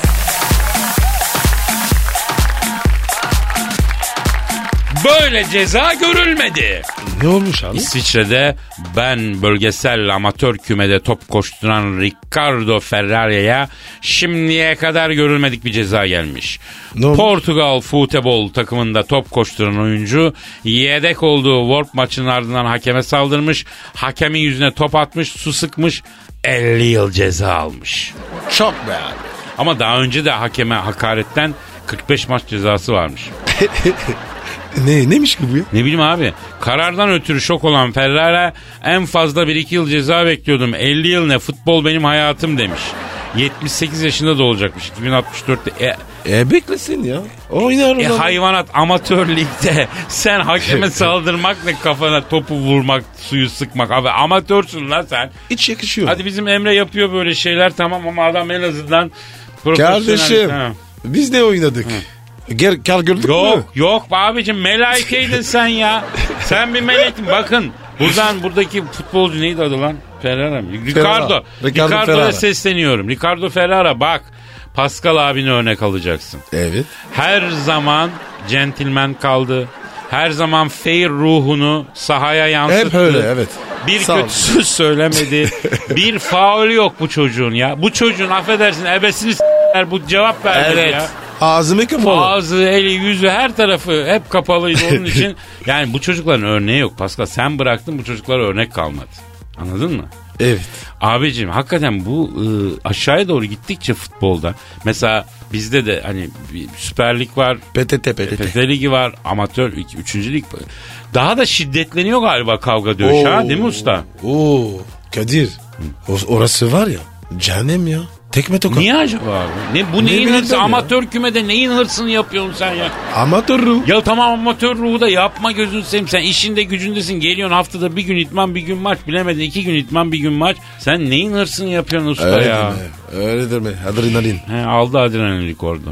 Böyle ceza görülmedi.
Ne olmuş abi?
İsviçre'de ben bölgesel amatör kümede top koşturan Ricardo Ferrari'ye şimdiye kadar görülmedik bir ceza gelmiş.
Ne olmuş?
Portugal futbol takımında top koşturan oyuncu yedek olduğu World maçının ardından hakeme saldırmış. Hakemin yüzüne top atmış, su sıkmış. 50 yıl ceza almış.
Çok be abi.
Ama daha önce de hakeme hakaretten 45 maç cezası varmış.
Ne, neymiş ki bu ya?
Ne bileyim abi. Karardan ötürü şok olan Ferrara en fazla 1-2 yıl ceza bekliyordum. 50 yıl ne futbol benim hayatım demiş. 78 yaşında da olacakmış 2064'te. E,
E beklesin ya. Oynar
e,
ulan.
hayvanat amatör ligde <laughs> sen hakeme saldırmak ne kafana topu vurmak suyu sıkmak abi amatörsün lan sen.
Hiç yakışıyor.
Hadi bizim Emre yapıyor böyle şeyler tamam ama adam en azından profesyonel.
Kardeşim
Ha.
biz ne oynadık? Ger kar gördük mü?
Yok yok be abicim melaikeydin sen ya. Sen bir melektin bakın. Buradan buradaki futbolcu neydi adı lan? Ferrara mı? Ricardo.
Ricardo
Ricardo'ya
Ferrara.
sesleniyorum. Ricardo Ferrara bak. Pascal abine örnek alacaksın.
Evet.
Her zaman centilmen kaldı. Her zaman fair ruhunu sahaya yansıttı.
Hep öyle evet.
Bir
Sağ ol.
kötü
<laughs>
söz söylemedi. bir faul yok bu çocuğun ya. Bu çocuğun affedersin ebesini s**ler bu cevap vermedi
Evet.
ya.
Ağzımı kapalı.
Ağzı, eli, yüzü her tarafı hep kapalıydı
<laughs>
onun için. Yani bu çocukların örneği yok Pascal. Sen bıraktın bu çocuklara örnek kalmadı. Anladın mı?
Evet.
Abicim hakikaten bu ıı, aşağıya doğru gittikçe futbolda mesela bizde de hani bir Süper Lig var,
PTT PTT.
PTT Ligi var, amatör 3. lig daha da şiddetleniyor galiba kavga dövüş ha değil mi usta?
Oo Kadir. O- orası var ya. Canım ya. Tekme tokat.
Niye acaba abi? Ne, bu
Ne
neyin
bileyim ben
hırsı?
ya.
Amatör kümede neyin hırsını yapıyorsun sen ya?
Amatörüm.
Ya tamam amatör ruhu da yapma gözünü seveyim. Sen işinde gücündesin. Geliyorsun haftada bir gün itman bir gün maç. Bilemedin iki gün itman bir gün maç. Sen neyin hırsını yapıyorsun usta
Öyle
ya?
deme. Öyle deme. Adrenalin.
He, aldı adrenalin orada.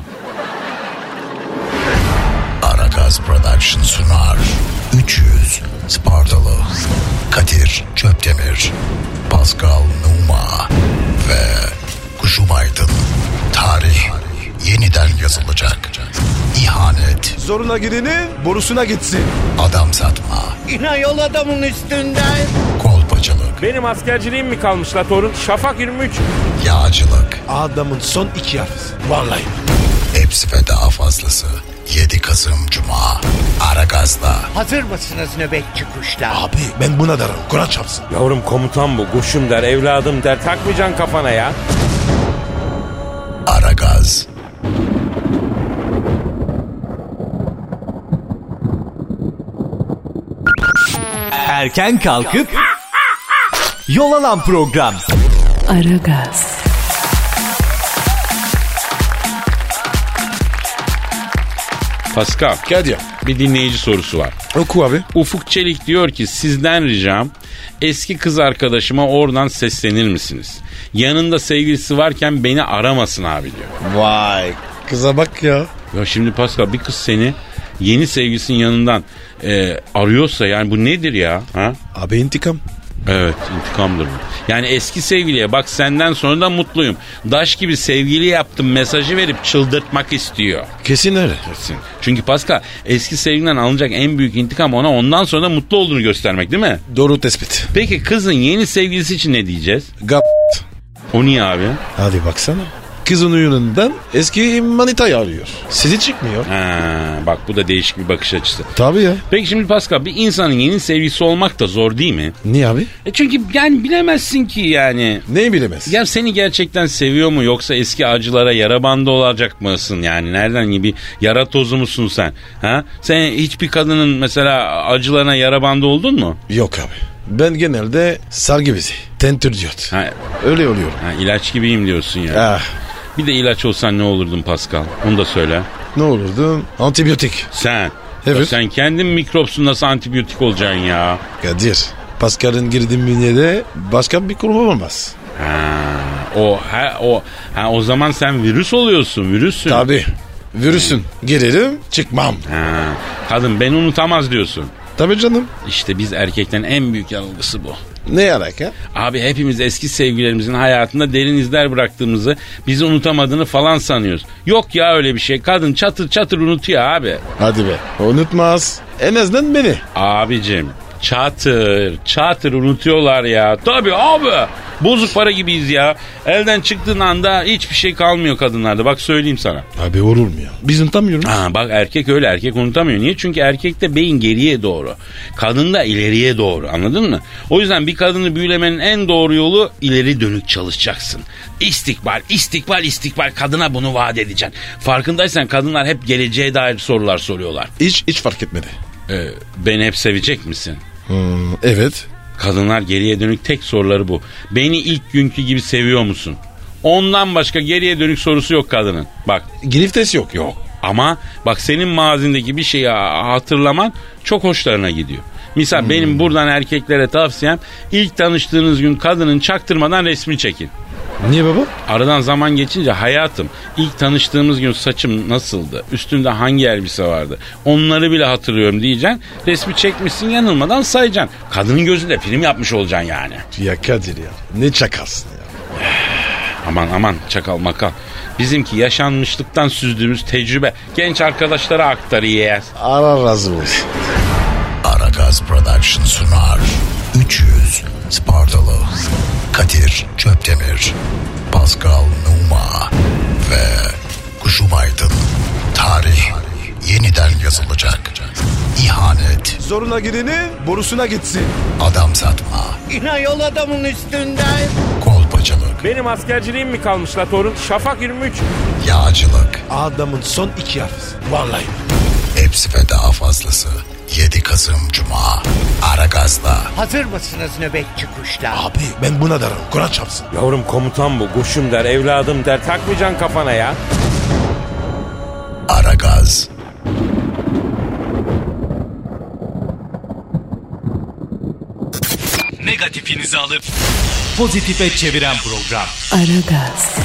Aragaz Production sunar. 300 Spartalı. Kadir Çöptemir. Pascal Numa. Ve Kuşum Aydın. Tarih yeniden yazılacak. İhanet,
Zoruna gidenin borusuna gitsin.
adam satma,
Yine yol adamın üstünden.
kolpacılık,
Benim askerciliğim mi kalmış la torun? Şafak 23.
yağcılık,
Adamın son iki harfi. Vallahi.
hepsi ve daha fazlası. 7 Kasım Cuma. Aragaz'da.
Hazır mısınız nöbetçi kuşlar?
Abi ben buna darım. Kur'an çarpsın.
Yavrum komutan bu. Koşum der, evladım der. Takmayacaksın kafana ya.
Aragaz.
Erken kalkıp yol alan program.
Aragaz,
Pascal
Kadir.
bir dinleyici sorusu var.
Oku abi.
Ufuk Çelik diyor ki sizden ricam eski kız arkadaşıma oradan seslenir misiniz? Yanında sevgilisi varken beni aramasın abi diyor.
Vay. Kıza bak ya.
Ya şimdi Pascal bir kız seni yeni sevgilisinin yanından e, arıyorsa yani bu nedir ya? Ha?
Abi intikam.
Evet intikamdır bu. Yani eski sevgiliye bak senden sonra da mutluyum. Daş gibi sevgili yaptım mesajı verip çıldırtmak istiyor.
Kesin öyle.
Kesin. Çünkü Pascal eski sevgiliden alınacak en büyük intikam ona ondan sonra da mutlu olduğunu göstermek değil mi?
Doğru tespit.
Peki kızın yeni sevgilisi için ne diyeceğiz?
Gap.
O niye abi?
Hadi baksana. Kızın uyunundan eski manitayı arıyor. Sizi çıkmıyor.
Ha, bak bu da değişik bir bakış açısı.
Tabii ya.
Peki şimdi Pascal bir insanın yeni sevgilisi olmak da zor değil mi?
Niye abi?
E çünkü yani bilemezsin ki yani.
Neyi bilemez?
Ya seni gerçekten seviyor mu yoksa eski acılara yara bandı olacak mısın yani nereden gibi yara tozu musun sen? Ha? Sen hiçbir kadının mesela acılarına yara bandı oldun mu?
Yok abi. Ben genelde sargı bezi. Tentür diyot.
Ha,
Öyle oluyor.
ha, ilaç gibiyim diyorsun ya.
Ah,
Bir de ilaç olsan ne olurdun Pascal? Onu da söyle.
ne olurdu? Antibiyotik.
Sen.
Evet.
Ya Sen kendin mikropsun nasıl antibiyotik olacaksın ya?
Kadir. Pascal'ın girdiğim bünyede başka bir kurum olamaz.
Ha, o ha, o ha, o zaman sen virüs oluyorsun virüssün.
Tabii. Virüsün. Girerim çıkmam.
Ha, kadın beni unutamaz diyorsun.
Tabii canım.
İşte biz erkeklerin en büyük yanılgısı bu.
Ne alaka?
Abi hepimiz eski sevgilerimizin hayatında derin izler bıraktığımızı, bizi unutamadığını falan sanıyoruz. Yok ya öyle bir şey. Kadın çatır çatır unutuyor abi.
Hadi be. Unutmaz. En azından beni.
Abicim çatır çatır unutuyorlar ya. Tabii abi. Bozuk para gibiyiz ya. Elden çıktığın anda hiçbir şey kalmıyor kadınlarda. Bak söyleyeyim sana.
Abi olur mu ya? Biz unutamıyoruz.
Aa, bak erkek öyle erkek unutamıyor. Niye? Çünkü erkekte beyin geriye doğru. Kadında ileriye doğru anladın mı? O yüzden bir kadını büyülemenin en doğru yolu ileri dönük çalışacaksın. İstikbal, istikbal, istikbal kadına bunu vaat edeceksin. Farkındaysan kadınlar hep geleceğe dair sorular soruyorlar.
Hiç, hiç fark etmedi.
Ee, beni hep sevecek misin?
Hmm, evet.
Kadınlar geriye dönük tek soruları bu. Beni ilk günkü gibi seviyor musun? Ondan başka geriye dönük sorusu yok kadının. Bak
Griftes yok.
Yok. Ama bak senin mazindeki bir şeyi ha- hatırlaman çok hoşlarına gidiyor. Misal benim buradan erkeklere tavsiyem ilk tanıştığınız gün kadının çaktırmadan resmi çekin.
Niye baba?
Aradan zaman geçince hayatım ilk tanıştığımız gün saçım nasıldı? Üstünde hangi elbise vardı? Onları bile hatırlıyorum diyeceksin. Resmi çekmişsin yanılmadan sayacaksın. Kadının gözünde film yapmış olacaksın yani.
Ya Kadir ya. Ne çakarsın ya.
Aman aman çakal makal. Bizimki yaşanmışlıktan süzdüğümüz tecrübe genç arkadaşlara aktarıyor.
Allah razı olsun.
Aragaz Production sunar. 300 Spartalı Kadir Çöptemir Pascal Numa ve Kuşum Aydın Tarih yeniden yazılacak İhanet
Zoruna gidenin borusuna gitsin.
Adam satma
Yine yol adamın üstünden.
Kolpacılık
Benim askerciliğim mi kalmış la torun? Şafak 23.
Yağcılık
Adamın son iki harfi. Vallahi.
Hepsi ve daha fazlası 7 Kasım Cuma Aragaz'da
Hazır mısınız nöbetçi kuşlar?
Abi ben buna darım. Kur'an çarpsın.
Yavrum komutan bu. Koşum der, evladım der. Takmayacaksın kafana ya.
Aragaz
Negatifinizi alıp pozitife çeviren program.
Aragaz,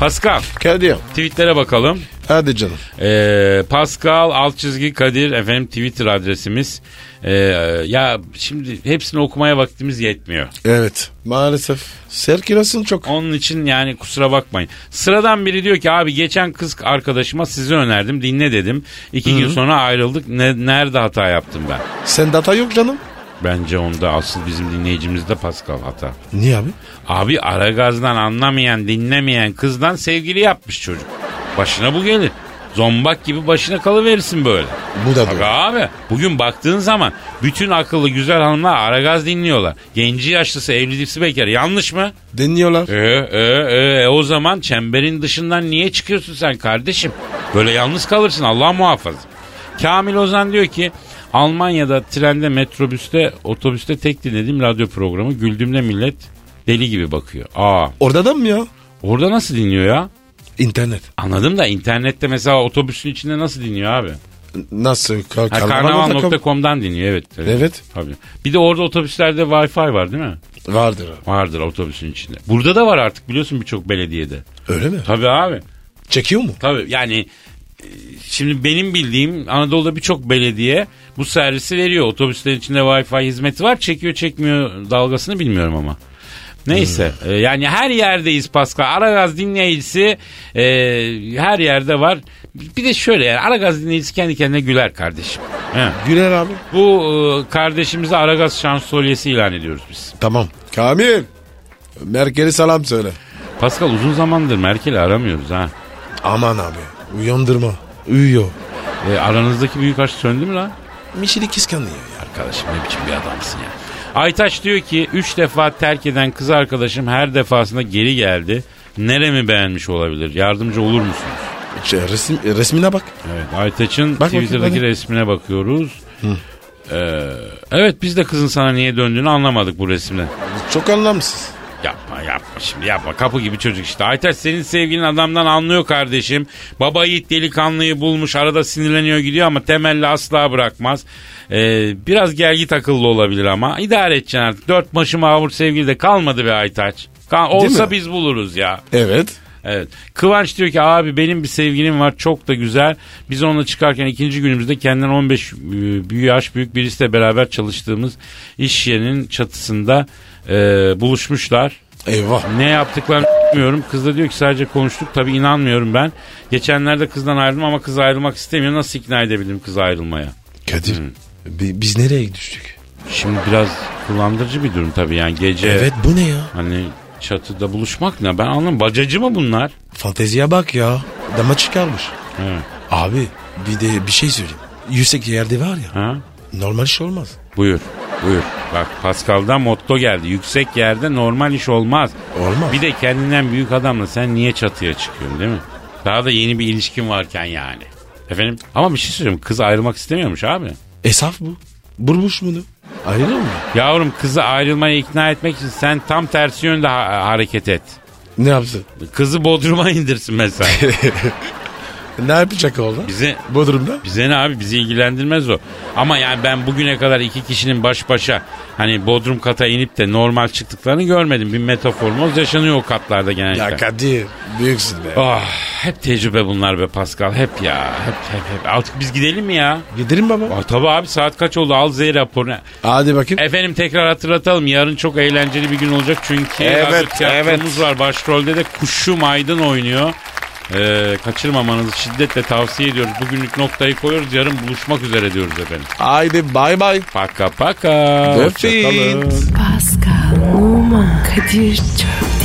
Pascal
Kadir.
tweetlere bakalım.
Hadi canım.
Ee, Pascal alt çizgi Kadir efendim Twitter adresimiz. Ee, ya şimdi hepsini okumaya vaktimiz yetmiyor.
Evet. Maalesef. Ser kirasın çok.
Onun için yani kusura bakmayın. Sıradan biri diyor ki abi geçen kız arkadaşıma sizi önerdim dinle dedim. İki gün sonra ayrıldık. Ne- nerede hata yaptım ben?
Sen data yok canım.
Bence onda asıl bizim dinleyicimizde Pascal hata.
Niye abi?
Abi Aragaz'dan anlamayan, dinlemeyen kızdan sevgili yapmış çocuk. Başına bu gelir. Zombak gibi başına kalıverirsin böyle.
Bu da
Bak
doğru.
abi bugün baktığın zaman bütün akıllı güzel hanımlar Aragaz dinliyorlar. Genci yaşlısı evlisi bekar yanlış mı?
Deniyorlar.
Ee, ee, ee, e, o zaman çemberin dışından niye çıkıyorsun sen kardeşim? Böyle yalnız kalırsın Allah muhafaza. Kamil Ozan diyor ki Almanya'da trende, metrobüste, otobüste tek dinlediğim radyo programı güldüğümde millet deli gibi bakıyor. Aa
Orada da mı ya?
orada nasıl dinliyor ya?
İnternet.
Anladım da internette mesela otobüsün içinde nasıl dinliyor abi?
Nasıl? Ka-
Ha, Karnaval.com'dan dinliyor evet.
Evet.
Tabii. Bir de orada otobüslerde Wi-Fi var değil mi?
Vardır abi.
Vardır otobüsün içinde. Burada da var artık biliyorsun birçok belediyede.
Öyle mi?
Tabii abi.
Çekiyor mu?
Tabii yani e, şimdi benim bildiğim Anadolu'da birçok belediye bu servisi veriyor. Otobüslerin içinde Wi-Fi hizmeti var. Çekiyor çekmiyor dalgasını bilmiyorum ama. Neyse e, yani her yerdeyiz Pascal. Aragaz dinleyicisi e, her yerde var. Bir de şöyle yani Aragaz dinleyicisi kendi kendine güler kardeşim. He.
Güler abi.
Bu e, kardeşimize Aragaz şansölyesi ilan ediyoruz biz.
Tamam.
Kamil. Merkel'e selam söyle.
Pascal uzun zamandır Merkel'i aramıyoruz ha.
Aman abi. Uyandırma. Uyuyor.
E, aranızdaki büyük aşk söndü mü lan?
Mişili kıskanıyor ya.
Arkadaşım ne biçim bir adamsın ya. Aytaç diyor ki 3 defa terk eden kız arkadaşım her defasında geri geldi. Neremi beğenmiş olabilir? Yardımcı olur musunuz?
Şey, resim, resmine bak.
Evet Aytaç'ın
Bak bakayım,
Twitter'daki
hadi.
resmine bakıyoruz. Ee, evet biz de kızın sana niye döndüğünü anlamadık bu resimden.
Çok anlamsız.
Yapma yapma şimdi yapma kapı gibi çocuk işte. Aytaç senin sevgilin adamdan anlıyor kardeşim. Baba yiğit delikanlıyı bulmuş arada sinirleniyor gidiyor ama temelli asla bırakmaz. Ee, biraz gergi takıllı olabilir ama idare edeceksin artık. Dört başı mağmur sevgili de kalmadı be Aytaç. Kal-
Değil
olsa
mi?
biz buluruz ya.
Evet.
Evet. Kıvanç diyor ki abi benim bir sevgilim var çok da güzel. Biz onunla çıkarken ikinci günümüzde kendinden 15 büyü- yaş büyük birisiyle beraber çalıştığımız iş yerinin çatısında e, buluşmuşlar.
Eyvah.
Ne yaptıklarını bilmiyorum. Kız da diyor ki sadece konuştuk. Tabii inanmıyorum ben. Geçenlerde kızdan ayrıldım ama kız ayrılmak istemiyor. Nasıl ikna edebilirim kızı ayrılmaya?
Kadir. bi- Biz nereye düştük?
Şimdi biraz kullandırıcı bir durum tabii yani gece.
Evet bu ne ya?
Hani çatıda buluşmak ne? Ben anlamadım. Bacacı mı bunlar?
Fanteziye bak ya. Dama çıkarmış.
Evet.
Abi bir de bir şey söyleyeyim. Yüksek yerde var ya.
Ha?
Normal iş olmaz.
Buyur. Buyur. Bak Pascal'dan motto geldi. Yüksek yerde normal iş olmaz.
Olmaz.
Bir de kendinden büyük adamla sen niye çatıya çıkıyorsun değil mi? Daha da yeni bir ilişkin varken yani. Efendim ama bir şey söyleyeyim. Kız ayrılmak istemiyormuş abi.
Esaf bu. Burmuş bunu. Ayrılır mı?
Yavrum kızı ayrılmaya ikna etmek için sen tam tersi yönde ha- hareket et.
Ne yapsın?
Kızı bodruma <laughs> indirsin mesela.
Ne yapacak orada?
Bize
Bodrum'da.
bize ne abi bizi ilgilendirmez o. Ama yani ben bugüne kadar iki kişinin baş başa hani bodrum kata inip de normal çıktıklarını görmedim. Bir metaformoz yaşanıyor o katlarda genellikle.
Ya Kadir büyüksün be.
Ah, hep tecrübe bunlar be Pascal. Hep ya. Hep hep hep. Artık biz gidelim mi ya?
Gidelim baba.
Ah, tabii abi saat kaç oldu? Al Z raporunu.
Hadi bakayım.
Efendim tekrar hatırlatalım. Yarın çok eğlenceli bir gün olacak çünkü
Evet,
hazır tiyatromuz
evet.
var. Başrolde de Kuşum Aydın oynuyor. Ee, kaçırmamanızı şiddetle tavsiye ediyoruz. Bugünlük noktayı koyuyoruz. Yarın buluşmak üzere diyoruz efendim.
Haydi bay bay.
Paka paka.
Öpeyim.
Pascal, Oman, Kadir çok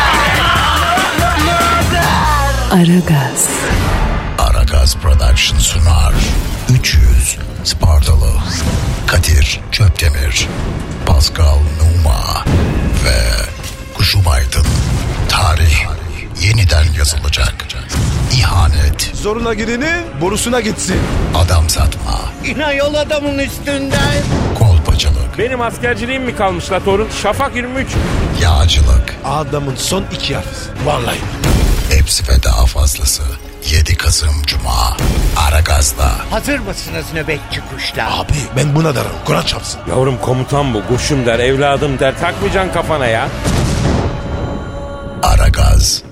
Aragaz.
Aragaz Production sunar. 300 Spartalı. Kadir Çöptemir. Pascal Numa. Ve Kuşum Aydın. Tarih yeniden yazılacak. İhanet,
Zoruna gireni borusuna gitsin.
adam satma,
İnay adamın üstünden.
kolpacılık,
Benim askerciliğim mi kalmış la torun? Şafak 23.
yağcılık,
Adamın son iki harfi. Vallahi.
hepsi ve daha fazlası. 7 Kasım Cuma. Aragaz'da.
Hazır mısınız nöbetçi kuşlar?
Abi ben buna darım. Kur'an çarpsın.
Yavrum komutan bu. Koşum der, evladım der. Takmayacaksın kafana ya.
Aragaz.